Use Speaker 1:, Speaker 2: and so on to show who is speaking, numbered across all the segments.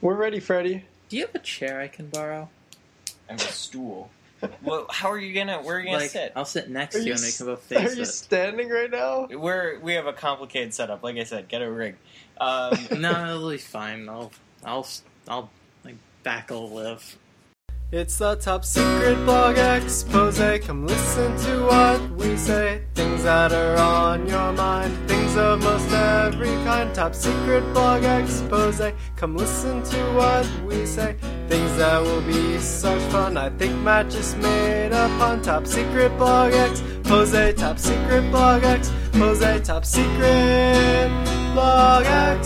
Speaker 1: We're ready, Freddy.
Speaker 2: Do you have a chair I can borrow?
Speaker 3: I have a stool. well, how are you gonna? Where are you gonna
Speaker 2: like, um,
Speaker 3: sit?
Speaker 2: I'll sit next
Speaker 1: Are
Speaker 2: to you
Speaker 1: you
Speaker 2: and we
Speaker 1: s-
Speaker 2: can both
Speaker 1: Are
Speaker 2: face
Speaker 1: you
Speaker 2: it.
Speaker 1: standing right now?
Speaker 3: We're we have a complicated setup. Like I said, get a rig. Um,
Speaker 2: no, it'll be fine. I'll, I'll, s- I'll, like, back will live.
Speaker 4: It's the top secret blog expose. Come listen to what we say. Things that are on your mind. Things of most every kind. Top secret blog expose. Come listen to what we say. Things that will be such fun. I think Matt just made a pun. Top secret blog expose. Top secret blog expose. Top secret blog expose.
Speaker 3: top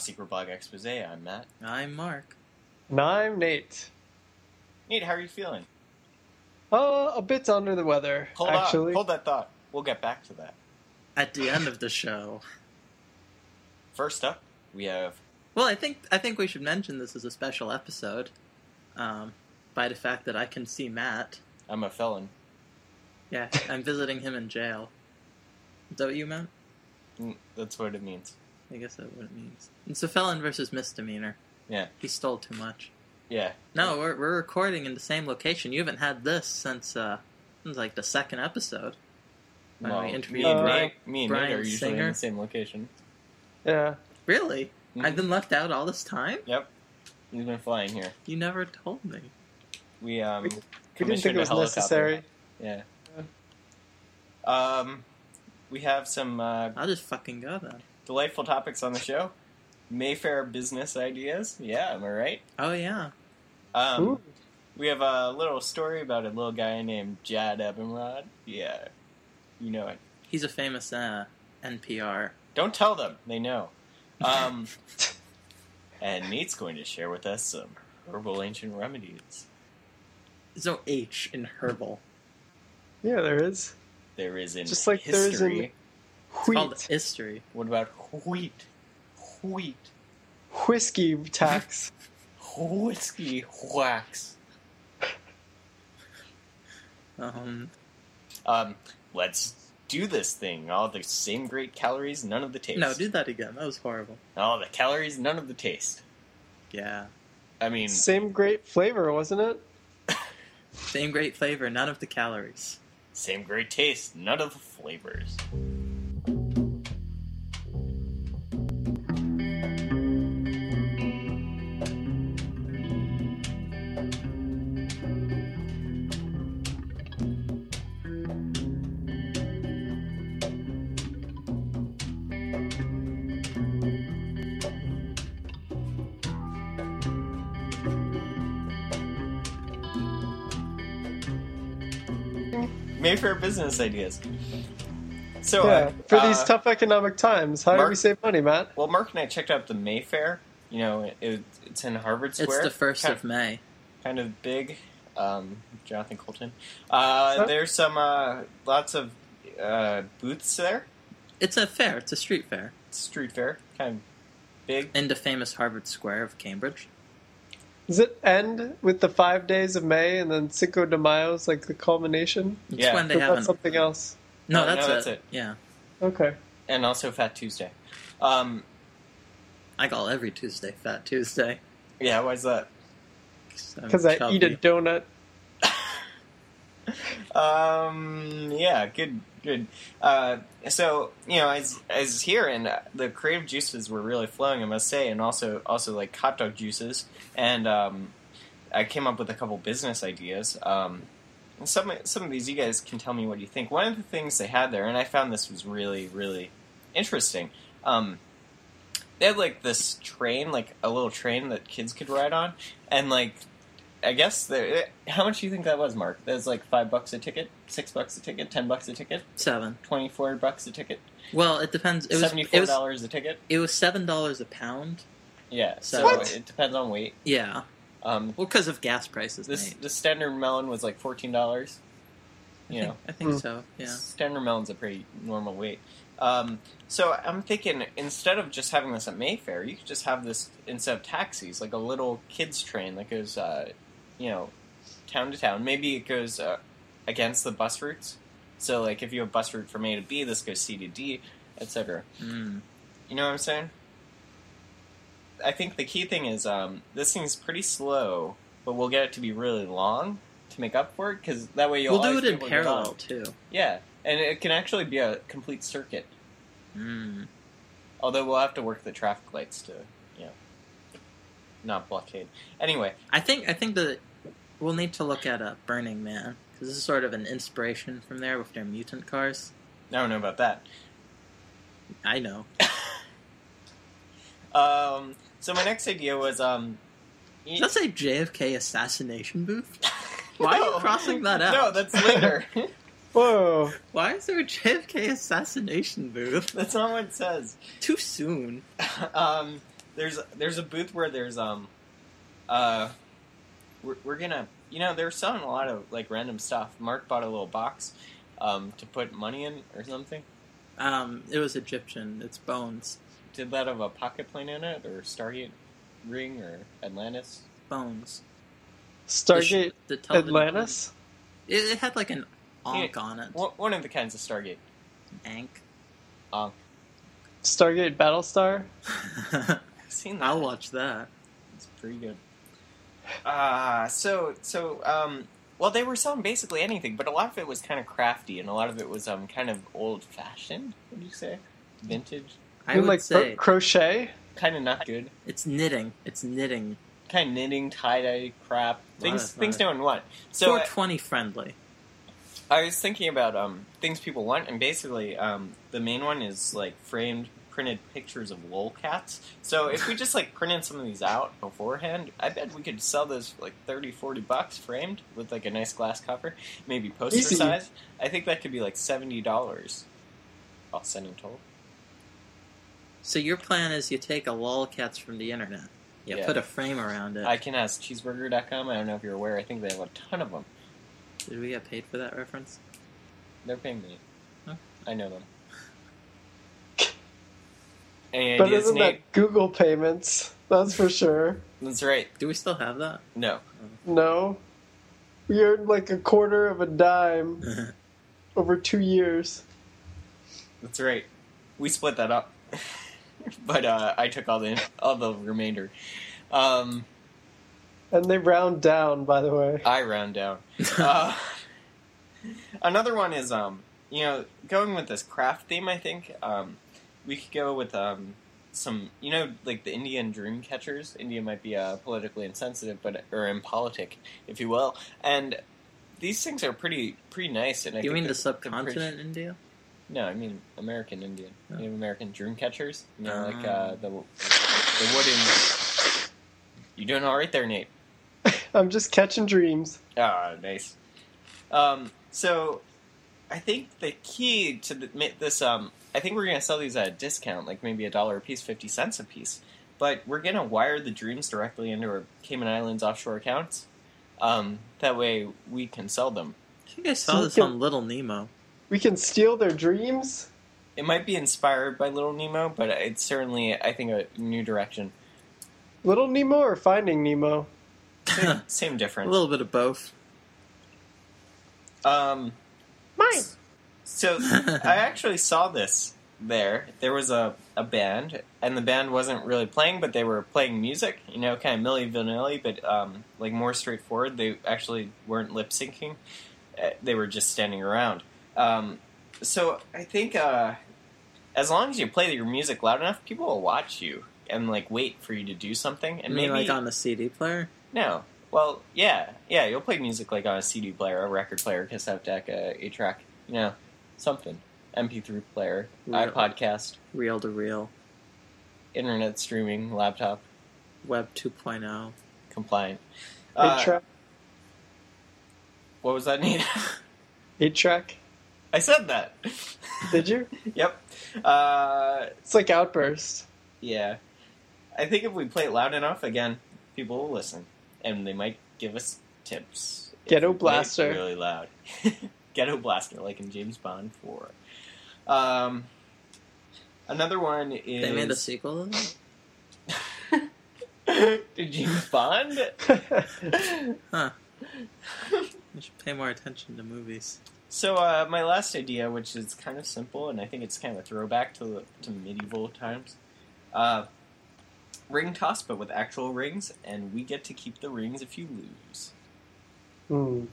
Speaker 3: secret blog expose. I'm Matt.
Speaker 2: I'm Mark.
Speaker 1: And I'm Nate.
Speaker 3: Nate, how are you feeling?
Speaker 1: Uh, a bit under the weather,
Speaker 3: Hold
Speaker 1: actually.
Speaker 3: on. Hold that thought. We'll get back to that.
Speaker 2: At the end of the show.
Speaker 3: First up, we have
Speaker 2: Well, I think I think we should mention this is a special episode, um, by the fact that I can see Matt.
Speaker 3: I'm a felon.
Speaker 2: Yeah, I'm visiting him in jail. Is that what you meant?
Speaker 3: Mm, That's what it means.
Speaker 2: I guess that's what it means. It's a felon versus misdemeanor.
Speaker 3: Yeah.
Speaker 2: He stole too much.
Speaker 3: Yeah.
Speaker 2: No, we're we're recording in the same location. You haven't had this since uh, since like the second episode. When
Speaker 3: Well,
Speaker 2: we
Speaker 3: me
Speaker 2: interviewed
Speaker 3: and
Speaker 1: Brian-
Speaker 3: Nate, me and Nate
Speaker 2: Brian
Speaker 3: are usually in
Speaker 2: Singer.
Speaker 3: the same location.
Speaker 1: Yeah.
Speaker 2: Really?
Speaker 3: Mhm.
Speaker 2: I've been left out all this time?
Speaker 3: Yep. He's been flying here.
Speaker 2: You never told me.
Speaker 3: We um.
Speaker 1: We- We didn't think it
Speaker 3: commissioned a
Speaker 1: was
Speaker 3: helicopter.
Speaker 1: necessary.
Speaker 3: Yeah. Um, we have some uh,
Speaker 2: I'll just fucking go then.
Speaker 3: delightful topics on the show. Mayfair business ideas. Yeah, am I right?
Speaker 2: Oh yeah.
Speaker 3: Um,
Speaker 1: Ooh.
Speaker 3: we have a little story about a little guy named Jad Ebenrod. Yeah, you know it.
Speaker 2: He's a famous uh, NPR.
Speaker 3: Don't tell them; they know. Um, and Nate's going to share with us some herbal ancient remedies.
Speaker 2: There's no H in herbal.
Speaker 1: Yeah, there is.
Speaker 3: There is in
Speaker 1: Just like there
Speaker 3: history.
Speaker 1: is in
Speaker 2: It's called
Speaker 1: Wheat.
Speaker 2: history.
Speaker 3: What about wheat? Wheat,
Speaker 1: Whiskey tax.
Speaker 3: whiskey, wax.
Speaker 2: Um,
Speaker 3: Um, let's do this thing. All the same great calories, none of the taste.
Speaker 2: no, do that again. That was horrible.
Speaker 3: All the calories, none of the taste.
Speaker 2: Yeah.
Speaker 3: I mean,
Speaker 1: Same great flavor, wasn't it?
Speaker 2: Same great flavor, none of the calories.
Speaker 3: same great taste, none of the flavors. Mayfair business ideas. So,
Speaker 1: yeah.
Speaker 3: uh,
Speaker 1: For these
Speaker 3: uh,
Speaker 1: tough economic times, how do
Speaker 3: Mark-
Speaker 1: we save money, Matt?
Speaker 3: well, Mark and I checked out the Mayfair. You know, it, it, it's in Harvard Square.
Speaker 2: It's the first
Speaker 3: kind,
Speaker 2: of May.
Speaker 3: kind of big. Um, Jonathan Colton. Uh,
Speaker 1: Huh?
Speaker 3: There's some uh, lots of uh, booths there.
Speaker 2: It's a fair. It's a street fair
Speaker 3: Street fair, kind of big.
Speaker 2: in the famous Harvard Square of Cambridge.
Speaker 1: Does it end with the five days of May and then Cinco de Mayo's like the culmination?
Speaker 2: It's
Speaker 3: Yeah.
Speaker 2: when they
Speaker 1: Or
Speaker 2: have
Speaker 1: that's
Speaker 2: an
Speaker 1: something else.
Speaker 2: no,
Speaker 3: No,
Speaker 2: that's,
Speaker 3: no,
Speaker 2: it.
Speaker 3: that's it.
Speaker 2: Yeah,
Speaker 1: Okay.
Speaker 3: and also Fat Tuesday. Um,
Speaker 2: I call every Tuesday Fat Tuesday
Speaker 3: yeah, why is that?
Speaker 1: Because I eat a donut.
Speaker 3: Um, yeah, good, good. Uh, so you know, as as here and uh, the creative juices were really flowing, I must say, and also also like hot dog juices, and um, I came up with a couple business ideas. Um, and some some of these you guys can tell me what you think. One of the things they had there, and I found this was really really interesting. Um, they had like this train, like a little train that kids could ride on, and like I guess there. eh, How much do you think that was, Mark? That's like five bucks a ticket, six bucks a ticket, ten bucks a ticket,
Speaker 2: seven.
Speaker 3: twenty-four bucks a ticket,
Speaker 2: Well, it depends. It was it
Speaker 3: seventy-four
Speaker 2: was,
Speaker 3: dollars a ticket.
Speaker 2: it was seven dollars a pound.
Speaker 3: Yeah, so
Speaker 2: What?
Speaker 3: it depends on weight.
Speaker 2: Yeah,
Speaker 3: Um,
Speaker 2: well, because of gas prices.
Speaker 3: this
Speaker 2: Nate.
Speaker 3: the standard melon was like fourteen dollars. You
Speaker 2: I
Speaker 3: know,
Speaker 2: think, I think
Speaker 1: Hmm.
Speaker 2: so. Yeah,
Speaker 3: Standard melon's a pretty normal weight. Um, so I'm thinking instead of just having this at Mayfair, you could just have this instead of taxis, like a little kids train that goes, uh, you know, town to town. Maybe it goes uh, against the bus routes, So like if you have bus route from A to B, this goes C to D, etc.
Speaker 2: Mm.
Speaker 3: You know what I'm saying? I think the key thing is um, this thing's pretty slow, but we'll get it to be really long to make up for it because that way you'll
Speaker 2: We'll do
Speaker 3: always
Speaker 2: it in
Speaker 3: be able to get on.
Speaker 2: parallel too.
Speaker 3: Yeah, and it can actually be a complete circuit.
Speaker 2: Mm.
Speaker 3: Although we'll have to work the traffic lights to, you know, not blockade. Anyway,
Speaker 2: I think I think that we'll need to look at uh, Burning Man because this is sort of an inspiration from there with their mutant cars.
Speaker 3: I don't know about that.
Speaker 2: I know.
Speaker 3: Um, so my next idea was um.
Speaker 2: Does that say JFK assassination booth? Why are you
Speaker 3: No.
Speaker 2: crossing that out?
Speaker 3: No, that's later.
Speaker 1: Whoa.
Speaker 2: Why is there a JFK assassination booth?
Speaker 3: that's not what it says.
Speaker 2: Too soon.
Speaker 3: um, there's there's a booth where there's um, uh, we're, we're gonna you know they're selling a lot of like random stuff. Mark bought a little box, um, to put money in or something.
Speaker 2: Um, it was Egyptian. It's bones.
Speaker 3: Did that have a pocket plane in it or Stargate ring or Atlantis?
Speaker 2: Bones. The sh-
Speaker 1: Stargate
Speaker 2: the television-
Speaker 1: Atlantis?
Speaker 2: It, it had like an onk on it.
Speaker 3: One one of the kinds of Stargate.
Speaker 2: Ank.
Speaker 3: Um,
Speaker 1: Stargate Battlestar?
Speaker 3: I've seen that.
Speaker 2: I'll watch that.
Speaker 3: It's pretty good. Uh, so so um well they were selling basically anything, but a lot of it was kind of crafty and a lot of it was um kind of old fashioned, would you say? Vintage.
Speaker 2: I
Speaker 1: You
Speaker 2: would
Speaker 1: like cro-
Speaker 2: say
Speaker 1: crochet?
Speaker 3: Kind of not good.
Speaker 2: it's knitting. It's knitting.
Speaker 3: Kind of knitting, tie-dye crap. Things
Speaker 2: that's
Speaker 3: things
Speaker 2: not-
Speaker 3: no one want. So I,
Speaker 2: 420 friendly.
Speaker 3: I was thinking about um things people want and basically um the main one is like framed printed pictures of lolcats. So if we just like printed some of these out beforehand, I bet we could sell those for like 30 40 bucks framed with like a nice glass cover, maybe poster
Speaker 1: Easy.
Speaker 3: size. I think that could be like $70. I'll send them told.
Speaker 2: So your plan is you take a lolcats from the internet. You
Speaker 3: Yeah.
Speaker 2: put a frame around it.
Speaker 3: I can ask cheeseburger.com. I don't know if you're aware. I think they have a ton of them.
Speaker 2: Did we get paid for that reference?
Speaker 3: They're paying me.
Speaker 2: Huh?
Speaker 3: I know them. Any
Speaker 1: But
Speaker 3: ideas,
Speaker 1: isn't that
Speaker 3: Nate?
Speaker 1: Google payments? That's for sure.
Speaker 3: That's right.
Speaker 2: Do we still have that?
Speaker 3: No.
Speaker 1: No. We earned like a quarter of a dime over two years.
Speaker 3: That's right. We split that up, but uh, I took all the all the remainder. Um,
Speaker 1: And they round down, by the way.
Speaker 3: I round down. Uh, another one is um, you know, going with this craft theme. I think um, we could go with um, some you know, like the Indian dream catchers. India might be uh, politically insensitive, but or impolitic, if you will. And these things are pretty pretty nice. And I
Speaker 2: you
Speaker 3: think
Speaker 2: mean the
Speaker 3: they're- they're pretty-
Speaker 2: subcontinent India?
Speaker 3: No, I mean American Indian.
Speaker 2: Yeah.
Speaker 3: Native American dream catchers. You know, like
Speaker 2: Ah.
Speaker 3: uh, the the wooden. You doing all right there, Nate?
Speaker 1: I'm just catching dreams.
Speaker 3: Ah, nice. Um, so, I think the key to the, ma- this, um, I think we're gonna sell these at a discount, like maybe a dollar a piece, fifty cents a piece. But we're gonna wire the dreams directly into our Cayman Islands offshore accounts. Um, that way we can sell them.
Speaker 2: I think I saw this on Little Nemo.
Speaker 1: We can steal their dreams?
Speaker 3: It might be inspired by Little Nemo, but it's certainly, I think, a new direction.
Speaker 1: Little Nemo or Finding Nemo?
Speaker 3: Same,
Speaker 2: a
Speaker 3: same difference.
Speaker 2: little bit of both.
Speaker 3: Um,
Speaker 1: Mine!
Speaker 3: So I actually saw this there. There was a, a band, and the band wasn't really playing, but they were playing music, you know, kind of Milli Vanilli, but um, like more straightforward. They actually weren't lip syncing, Uh, they were just standing around. Um, so I think uh, as long as you play your music loud enough, people will watch you and like wait for you to do something.
Speaker 2: I
Speaker 3: And
Speaker 2: mean,
Speaker 3: maybe
Speaker 2: like on the CD player.
Speaker 3: no. Well, yeah, yeah. You'll play music like on a CD player, a record player, cassette deck, a eight track, you know, something. MP3 player,
Speaker 2: Yeah.
Speaker 3: iPodcast,
Speaker 2: reel to reel,
Speaker 3: internet streaming, laptop
Speaker 2: web oh. 2.0.
Speaker 3: compliant.
Speaker 1: eight
Speaker 3: Uh,
Speaker 1: track.
Speaker 3: what was that name?
Speaker 1: Eight track.
Speaker 3: I said that.
Speaker 1: Did you?
Speaker 3: yep. Uh,
Speaker 1: It's like Outburst.
Speaker 3: yeah. I think if we play it loud enough, again, people will listen, and they might give us tips. if
Speaker 1: Ghetto
Speaker 3: we play it
Speaker 1: Blaster.
Speaker 3: really loud. Ghetto blaster, like in James Bond Four. Um, another one is.
Speaker 2: They made a sequel to that?
Speaker 3: to James Bond.
Speaker 1: I Hmm.
Speaker 2: Huh. We should pay more attention to movies.
Speaker 3: So uh, my last idea, which is kind of simple, and I think it's kind of a throwback to to medieval times, uh, ring toss, but with actual rings, and we get to keep the rings if you lose.
Speaker 1: Hmm.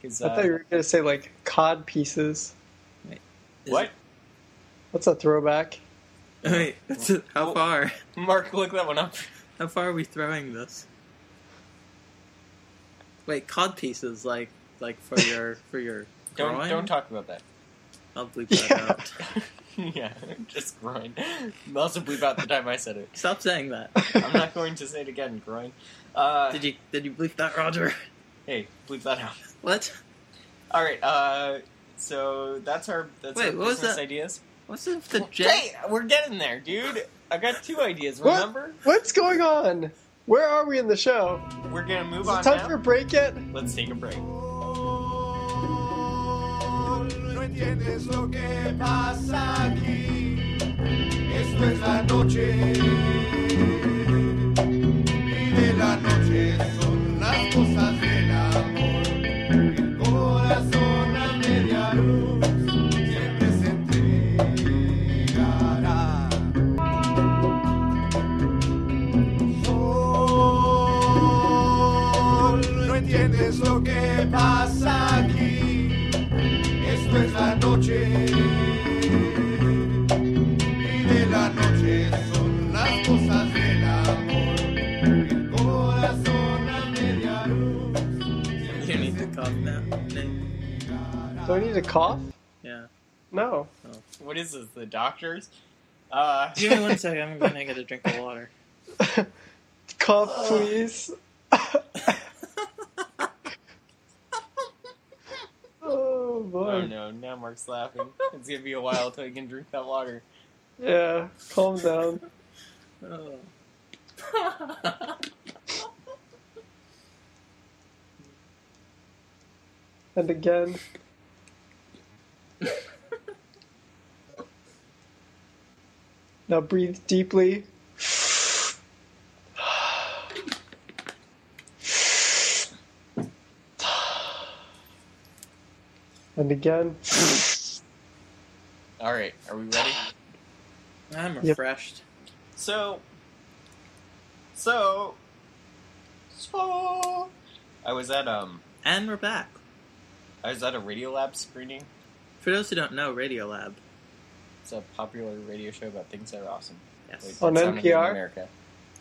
Speaker 3: 'Cause, uh,
Speaker 1: I thought you were gonna say like cod pieces.
Speaker 2: Is
Speaker 3: what?
Speaker 2: it-
Speaker 1: That's a throwback.
Speaker 2: Wait, that's it. how
Speaker 3: Well-
Speaker 2: far?
Speaker 3: Mark, look that one up.
Speaker 2: How far are we throwing this? Wait, cod pieces like like for your for your
Speaker 3: Don't
Speaker 2: groin?
Speaker 3: don't talk about that.
Speaker 2: I'll bleep that
Speaker 1: Yeah.
Speaker 2: out.
Speaker 3: yeah, just groin. Also bleep out the time I said it.
Speaker 2: Stop saying that.
Speaker 3: I'm not going to say it again. Groin. Uh,
Speaker 2: Did you did you bleep that, Roger?
Speaker 3: hey, bleep that out.
Speaker 2: What?
Speaker 3: All right. Uh, so that's our that's
Speaker 2: Wait,
Speaker 3: our
Speaker 2: what was
Speaker 3: business
Speaker 2: that?
Speaker 3: ideas.
Speaker 2: What's up with the
Speaker 3: Well,
Speaker 2: J?
Speaker 3: Jay, we're getting there, dude. I got two ideas.
Speaker 1: What?
Speaker 3: Remember,
Speaker 1: What's going on? Where are we in the show?
Speaker 3: we're gonna move
Speaker 1: Is
Speaker 3: on
Speaker 1: it time
Speaker 3: now.
Speaker 1: for a break yet?
Speaker 3: Let's take a break.
Speaker 4: No entiendes lo que pasa aquí. Esto es la noche. Y de la noche son las cosas del amor. El corazón a media luz siempre se entregará. Sol, no entiendes lo que pasa aquí. Esto es la noche. Y de la noche son las cosas del amor. El corazón a media luz.
Speaker 2: You need to cough now. Nick.
Speaker 1: Do I need to cough?
Speaker 2: Yeah.
Speaker 1: No.
Speaker 3: What is this? The doctors? Uh,
Speaker 2: Give me one second. I'm gonna get a drink of water.
Speaker 1: Cough, please. oh boy.
Speaker 3: oh no! Now Mark's laughing. It's gonna be a while till he can drink that water.
Speaker 1: Yeah, calm down.
Speaker 2: Oh.
Speaker 1: And again. now breathe deeply. And again.
Speaker 3: All right, are we ready?
Speaker 2: I'm
Speaker 1: Yep.
Speaker 2: refreshed.
Speaker 3: So, so, so. I was at um,
Speaker 2: And we're back.
Speaker 3: I was at a Radiolab screening.
Speaker 2: For those who don't know, Radiolab.
Speaker 3: It's a popular radio show about things that are awesome. Like,
Speaker 2: Yes.
Speaker 1: On
Speaker 3: it's in
Speaker 1: NPR?
Speaker 3: America.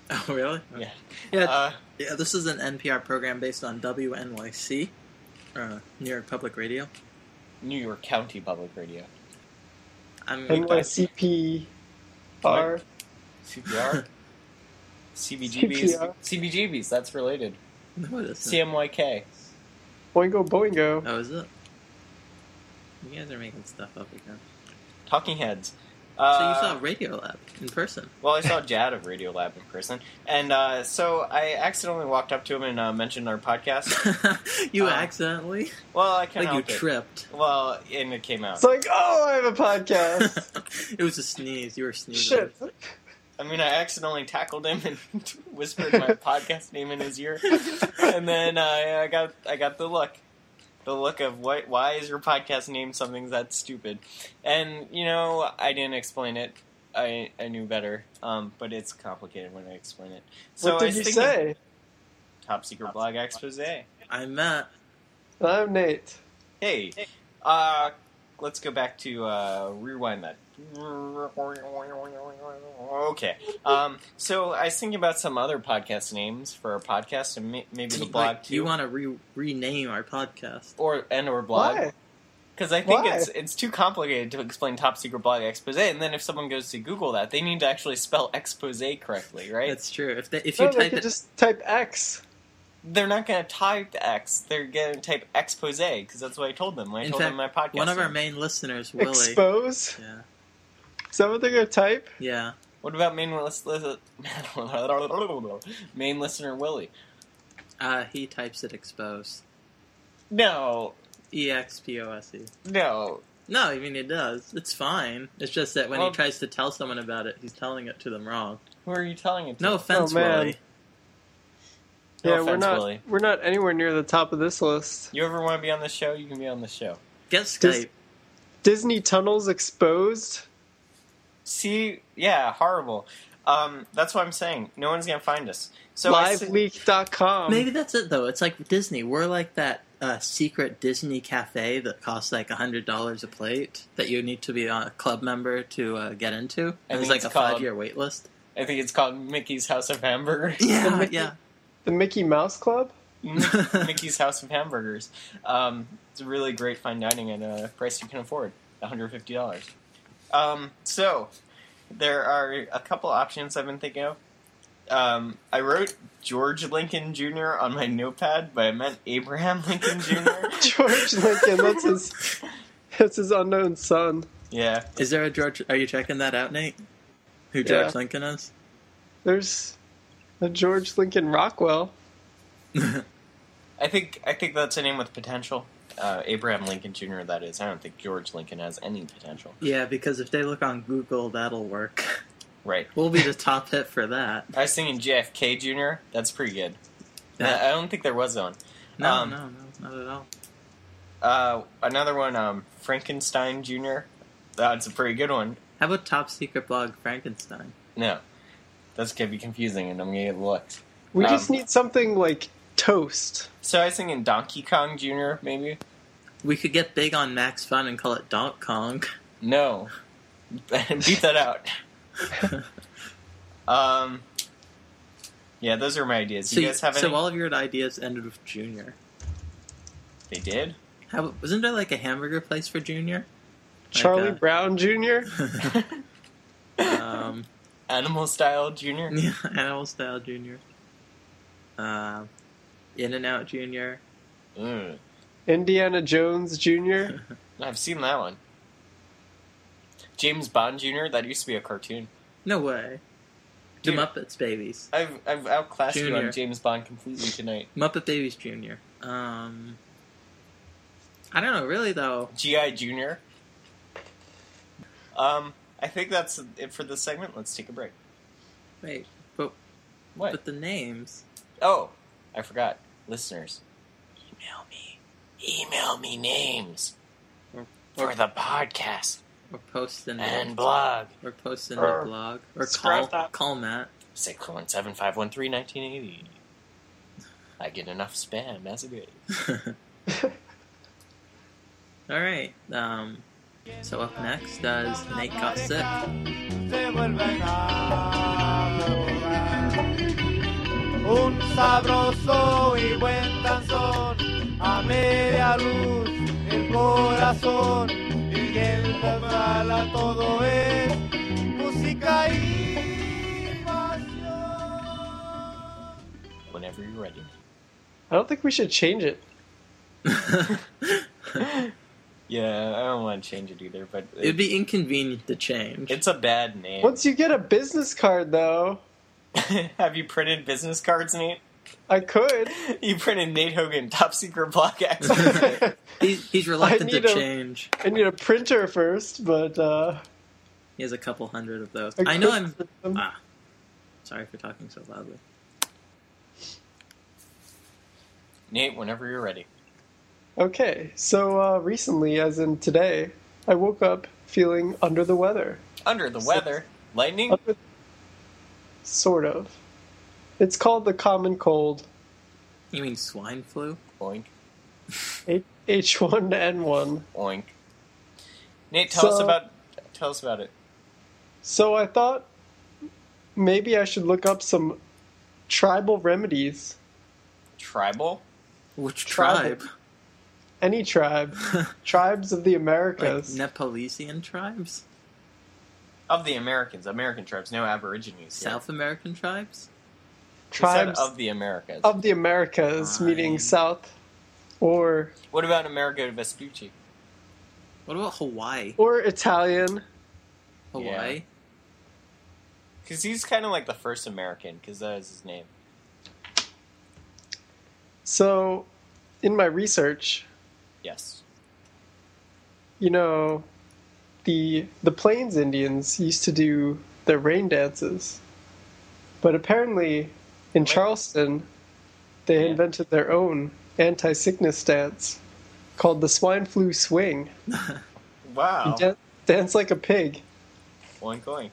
Speaker 2: Oh, really?
Speaker 3: Oh. Yeah.
Speaker 2: Yeah,
Speaker 3: Uh,
Speaker 2: Yeah, this is an NPR program based on WNYC, uh, New York Public Radio.
Speaker 3: New York County Public Radio.
Speaker 2: I'm
Speaker 1: NYCPR.
Speaker 3: CPR. CBGBs.
Speaker 1: CPR.
Speaker 3: CBGBs, that's related.
Speaker 2: what is it?
Speaker 3: CMYK.
Speaker 1: Boingo
Speaker 3: Uh,
Speaker 1: boingo.
Speaker 2: Oh, is it? You guys are making stuff up again.
Speaker 3: Talking Heads.
Speaker 2: so
Speaker 3: Uh,
Speaker 2: you saw Radiolab in person.
Speaker 3: well, I saw Jad of Radio Lab in person. And uh, so I accidentally walked up to him and uh, mentioned our podcast.
Speaker 2: you
Speaker 3: Uh,
Speaker 2: accidentally,
Speaker 3: Well, I kind
Speaker 2: like
Speaker 3: of.
Speaker 2: you tripped.
Speaker 3: Well, and it came out.
Speaker 1: It's like, oh, I have a podcast.
Speaker 2: it was a sneeze. You were sneezing.
Speaker 1: Shit.
Speaker 3: I mean, I accidentally tackled him and whispered my podcast name in his ear, and then uh, I got I got the look, the look of what? Why is your podcast name something that's stupid? And you know, I didn't explain it. I I knew better, um, but it's complicated when I explain it. So
Speaker 1: what
Speaker 3: I
Speaker 1: did
Speaker 3: was
Speaker 1: you
Speaker 3: thinking-
Speaker 1: say?
Speaker 3: Top secret blog expose.
Speaker 2: I met.
Speaker 1: I'm Nate.
Speaker 3: Hey, uh, let's go back to uh, rewind that. Okay. Um, so I was thinking about some other podcast names for our podcast and may- maybe the
Speaker 2: You,
Speaker 3: blog
Speaker 2: like,
Speaker 3: too,
Speaker 2: you want to re- rename our podcast?
Speaker 3: or and or blog
Speaker 1: Why?
Speaker 3: because I think
Speaker 1: Why?
Speaker 3: it's it's too complicated to explain top secret blog expose. And then if someone goes to Google that, they need to actually spell expose correctly, right?
Speaker 2: That's true. If they, if you
Speaker 1: No, Oh, they
Speaker 2: type
Speaker 1: could
Speaker 2: it,
Speaker 1: just type X.
Speaker 3: They're not going to type X. They're going to type expose because that's what I told them. When I
Speaker 2: In
Speaker 3: told
Speaker 2: fact,
Speaker 3: them my podcast.
Speaker 2: one of our
Speaker 3: name.
Speaker 2: main listeners, Willie.
Speaker 1: Expose.
Speaker 2: yeah,
Speaker 1: Is that what they're gonna type?
Speaker 2: yeah.
Speaker 3: What about main lis- lis- main listener Willie?
Speaker 2: Uh, he types it exposed.
Speaker 3: No,
Speaker 2: E X P O S E.
Speaker 3: no.
Speaker 2: No, I mean it does. It's fine. It's just that when
Speaker 3: Well- Oh,
Speaker 2: he tries to tell someone about it, he's telling it to them wrong.
Speaker 3: Who are you telling it to?
Speaker 2: No offense,
Speaker 1: man.
Speaker 2: Willie.
Speaker 3: No
Speaker 1: yeah, we're
Speaker 3: offense,
Speaker 1: not.
Speaker 3: Willie.
Speaker 1: We're not anywhere near the top of this list.
Speaker 3: You ever want to be on the show? You can be on the show.
Speaker 2: Get Skype.
Speaker 1: Does- Disney tunnels exposed.
Speaker 3: See, yeah, horrible. Um, that's what I'm saying. No one's gonna find us. So I s-
Speaker 1: LiveLeak.com.
Speaker 2: Maybe that's it though. It's like Disney. We're like that uh, secret Disney cafe that costs like hundred dollars a plate that you need to be a club member to uh, get into.
Speaker 3: I
Speaker 2: And
Speaker 3: think
Speaker 2: it's like
Speaker 3: it's
Speaker 2: a
Speaker 3: called-
Speaker 2: five year wait list.
Speaker 3: I think it's called Mickey's House of Hamburgers.
Speaker 2: Yeah,
Speaker 1: Mickey-
Speaker 2: yeah.
Speaker 1: the Mickey Mouse Club.
Speaker 3: Mick- Mickey's House of Hamburgers. Um, it's a really great fine dining at a price you can afford, $150. Um, so there are a couple options I've been thinking of. Um, I wrote George Lincoln Jr. on my notepad, but I meant Abraham Lincoln Jr.
Speaker 1: George Lincoln. That's his. That's his unknown son.
Speaker 3: yeah,
Speaker 2: Is there a George? Are you checking that out, Nate? Who
Speaker 1: Yeah.
Speaker 2: George Lincoln is?
Speaker 1: There's a George Lincoln Rockwell.
Speaker 3: I think I think that's a name with potential. Uh, Abraham Lincoln Jr. That is. I don't think George Lincoln has any potential.
Speaker 2: Yeah, because if they look on Google, that'll work.
Speaker 3: Right.
Speaker 2: We'll be the top hit for that.
Speaker 3: I was thinking JFK Jr. That's pretty good.
Speaker 2: Yeah.
Speaker 3: I I don't think there was one.
Speaker 2: No,
Speaker 3: Um,
Speaker 2: no, no, not at all.
Speaker 3: Uh, another one, um, Frankenstein Jr. That's a pretty good one.
Speaker 2: How about top secret blog Frankenstein?
Speaker 3: No, that's gonna be confusing, and I'm gonna get looked.
Speaker 1: We
Speaker 3: Um,
Speaker 1: just need something like toast.
Speaker 3: So I was thinking Donkey Kong Jr. Maybe.
Speaker 2: We could get big on Max Fun and call it Donk Kong.
Speaker 3: No, beat that out. Um, yeah, those are my ideas.
Speaker 2: so,
Speaker 3: you
Speaker 2: you-
Speaker 3: guys have
Speaker 2: so
Speaker 3: any?
Speaker 2: all of your ideas ended with Junior.
Speaker 3: they did.
Speaker 2: How, wasn't there like a hamburger place for Junior?
Speaker 1: Charlie
Speaker 2: Like
Speaker 1: Brown Jr.
Speaker 2: a- um,
Speaker 3: Animal Style Jr.
Speaker 2: yeah, Animal Style Junior. Um, In and Out Junior.
Speaker 3: Mm,
Speaker 1: Indiana Jones Jr.
Speaker 3: I've seen that one. James Bond Jr. That used to be a cartoon.
Speaker 2: No way. The
Speaker 3: Dude.
Speaker 2: Muppets Babies.
Speaker 3: I've I've outclassed you
Speaker 2: Junior.
Speaker 3: on James Bond completely tonight.
Speaker 2: Muppet Babies Junior. Um, I don't know. Really though,
Speaker 3: GI Junior. Um, I think that's it for this segment. Let's take a break.
Speaker 2: wait, but
Speaker 3: What?
Speaker 2: but the names.
Speaker 3: oh, I forgot. Listeners, email me. Email me names Hmm. for the podcast
Speaker 2: We're posting
Speaker 3: and
Speaker 2: the,
Speaker 3: blog.
Speaker 2: we're posting
Speaker 3: Or
Speaker 2: the blog or call
Speaker 3: scrap that.
Speaker 2: call Matt.
Speaker 3: Six one seven five one three nineteen eighty. I get enough spam as it is.
Speaker 2: All right. Um, so up next is Nate got sick.
Speaker 4: se vuelven a ahogar. Un sabroso y buen danzón, a media luz el corazón, y el a todo es música y pasión.
Speaker 3: Whenever you're ready.
Speaker 1: I don't think we should change it.
Speaker 3: Yeah, I don't want to change it either, but
Speaker 2: It'd be inconvenient to change.
Speaker 3: it's a bad name.
Speaker 1: Once you get a business card, though,
Speaker 3: Have you printed business cards, Nate?
Speaker 1: I could.
Speaker 3: You printed Nate Hogan, top secret block X.
Speaker 1: I
Speaker 2: he's he's reluctant to
Speaker 1: need a-
Speaker 2: change.
Speaker 1: need a printer first, but uh,
Speaker 2: He has a couple hundred of those.
Speaker 1: I
Speaker 2: I know
Speaker 1: could
Speaker 2: I'm.
Speaker 1: print them.
Speaker 2: Ah, sorry for talking so loudly.
Speaker 3: Nate, whenever you're ready.
Speaker 1: Okay, so uh, recently, as in today, I woke up feeling under the weather.
Speaker 3: Under the weather, lightning.
Speaker 1: Under- Sort of. It's called the common cold,
Speaker 2: You mean swine flu?
Speaker 3: Oink,
Speaker 1: H- H1N1.
Speaker 3: oink. Nate, tell us
Speaker 1: So-
Speaker 3: about tell us about it.
Speaker 1: So I thought maybe I should look up some tribal remedies.
Speaker 3: Tribal.
Speaker 2: Which
Speaker 1: Tribal.
Speaker 2: tribe?
Speaker 1: Any tribe, tribes of the
Speaker 2: like
Speaker 1: Americas.
Speaker 2: Nepalesian tribes,
Speaker 3: Of the Americans, American tribes, no Aborigines. here.
Speaker 2: South American tribes.
Speaker 3: You said
Speaker 1: tribes
Speaker 3: of the Americas.
Speaker 1: of the Americas, meaning
Speaker 2: Fine.
Speaker 1: South or
Speaker 3: What about Amerigo Vespucci?
Speaker 2: What about Hawaii?
Speaker 1: or Italian. Oh,
Speaker 2: Hawaii.
Speaker 3: Because he's kind of like the first American, because that is his name.
Speaker 1: So, in my research,
Speaker 3: Yes.
Speaker 1: you know, the the Plains Indians used to do their rain dances, but apparently, in Charleston, they
Speaker 3: Yeah.
Speaker 1: invented their own anti-sickness dance. called the Swine Flu Swing.
Speaker 3: Wow.
Speaker 1: Dan- dance like a pig.
Speaker 3: Oink oink.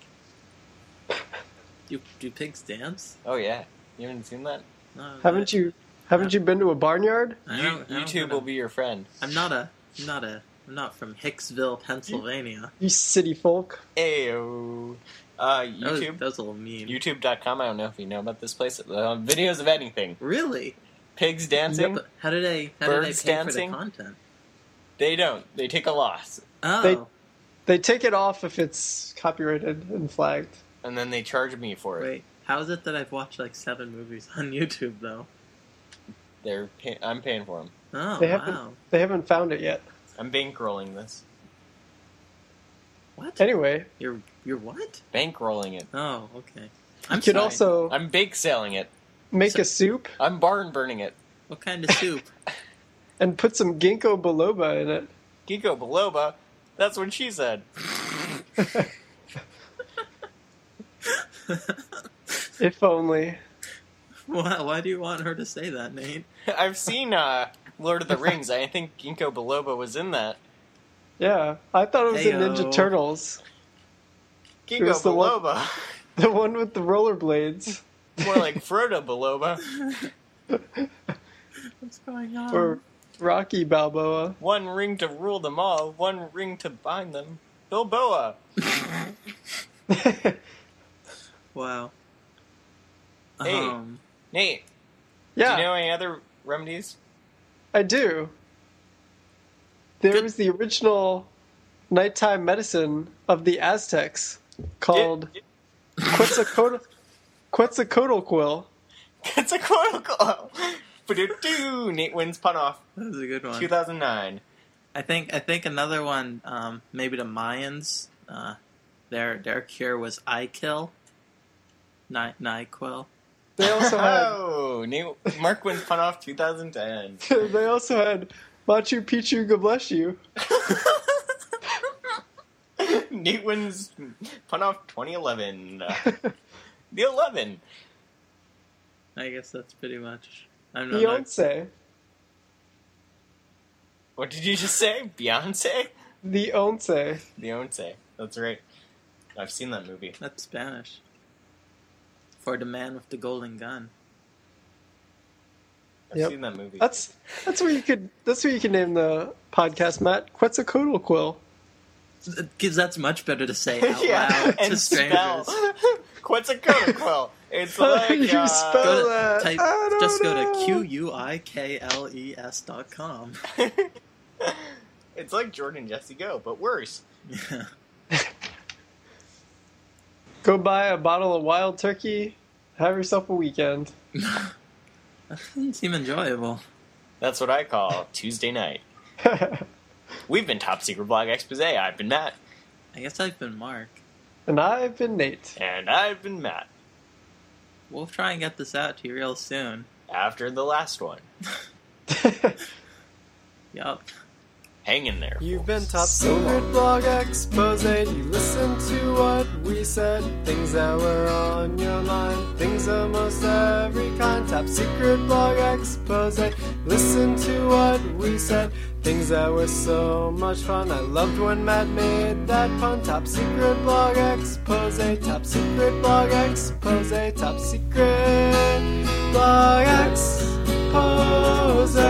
Speaker 2: Do, do pigs dance?
Speaker 3: Oh yeah. You haven't seen that?
Speaker 2: No,
Speaker 1: Haven't you? Haven't you been to a barnyard?
Speaker 2: I don't, I don't
Speaker 3: YouTube
Speaker 2: wanna-
Speaker 3: will be your friend.
Speaker 2: I'm not a. I'm not a. I'm not from Hicksville, Pennsylvania.
Speaker 1: You city folk.
Speaker 3: Ayo. Uh,
Speaker 2: That was,
Speaker 3: YouTube.
Speaker 2: that was a little mean.
Speaker 3: YouTube.com. I don't know if you know about this place. Uh, videos of anything.
Speaker 2: Really?
Speaker 3: Pigs dancing.
Speaker 2: But how did I? How did I pay
Speaker 3: Birds dancing?
Speaker 2: for the content?
Speaker 3: They don't. They take a loss,
Speaker 2: Oh,
Speaker 1: They- They take it off if it's copyrighted and flagged.
Speaker 3: and then they charge me for it.
Speaker 2: wait. How is it that I've watched like seven movies on YouTube though?
Speaker 3: They're. Pay- I'm paying for them.
Speaker 2: Oh
Speaker 1: They haven't-
Speaker 2: wow.
Speaker 1: They haven't found it yet.
Speaker 3: I'm bankrolling this.
Speaker 2: What?
Speaker 1: Anyway,
Speaker 2: You're you're what?
Speaker 3: Bankrolling it.
Speaker 2: Oh okay.
Speaker 1: you
Speaker 2: I'm
Speaker 1: could
Speaker 2: sorry.
Speaker 1: also
Speaker 3: I'm bake selling it.
Speaker 1: make
Speaker 2: so-
Speaker 1: a soup
Speaker 3: I'm barn burning it.
Speaker 2: What kind of soup?
Speaker 1: and put some ginkgo biloba in it.
Speaker 3: Ginkgo biloba. That's what she said.
Speaker 1: If only.
Speaker 2: why, why do you want her to say that, Nate?
Speaker 3: I've seen uh, Lord of the Rings. I think Ginkgo biloba was in that.
Speaker 1: Yeah, I thought it was in
Speaker 2: Heyo.
Speaker 1: Ninja Turtles.
Speaker 3: Ginkgo
Speaker 1: was the one-
Speaker 3: biloba.
Speaker 1: The one with the rollerblades.
Speaker 3: More like Frodo biloba.
Speaker 2: What's going on?
Speaker 1: Or Rocky Balboa.
Speaker 3: One ring to rule them all, one ring to bind them. Bilboa.
Speaker 2: wow.
Speaker 3: Hey.
Speaker 2: Um,
Speaker 3: Nate,
Speaker 1: Yeah,
Speaker 3: do you know any other remedies?
Speaker 1: I do. There
Speaker 2: Good.
Speaker 1: was the original nighttime medicine of the Aztecs called Quetzalcoatl- Quetzalcoatl.
Speaker 3: It's a quote do Nate wins pun off
Speaker 2: that was a good one.
Speaker 3: 2009.
Speaker 2: I think I think another one, um, maybe the Mayans. Uh, their their cure was I kill, Ni- Nyquil.
Speaker 1: They also had
Speaker 3: Oh, Nate, Mark wins pun off 2010.
Speaker 1: they also had Machu Picchu. God bless you.
Speaker 3: Nate wins pun off 2011. the 11.
Speaker 2: I guess that's pretty much. I'm not.
Speaker 1: Beyonce,
Speaker 3: What did you just say? Beyonce?
Speaker 1: the Once.
Speaker 3: Beyonce. That's right. I've seen that movie.
Speaker 2: that's Spanish. For the man with the golden gun.
Speaker 3: I've
Speaker 1: Yep.
Speaker 3: seen that movie.
Speaker 1: That's that's where you could that's where you can name the podcast, Matt. Quetzalcoatl Quill.
Speaker 2: Because that's much better to say out loud to
Speaker 3: and
Speaker 2: strangers.
Speaker 3: spell. Quetzalcoatl. It's like
Speaker 1: How do you
Speaker 3: uh,
Speaker 1: spell-
Speaker 2: Go to,
Speaker 1: Uh,
Speaker 2: type,
Speaker 1: I don't
Speaker 2: just go
Speaker 1: know.
Speaker 2: to q u i k l e s dot com.
Speaker 3: It's like Jordan Jesse Go, but worse.
Speaker 2: Yeah.
Speaker 1: Go buy a bottle of wild turkey. Have yourself a weekend.
Speaker 2: That doesn't seem enjoyable.
Speaker 3: That's what I call Tuesday night. We've been Top Secret Blog Expose. I've been Matt,
Speaker 2: I guess I've been Mark.
Speaker 1: and I've been Nate.
Speaker 3: and I've been Matt
Speaker 2: We'll try and get this out to you real soon.
Speaker 3: after the last one.
Speaker 2: Yup.
Speaker 3: Hang in there.
Speaker 4: You've
Speaker 3: folks.
Speaker 4: been Top Secret Blog Expose. You listened to what we said. Things that were on your mind. Things of most every kind. Top Secret Blog Expose. Listen to what we said. Things that were so much fun. I loved when Matt made that pun. Top Secret Blog Expose. Top Secret Blog Expose. Top Secret Blog Expose.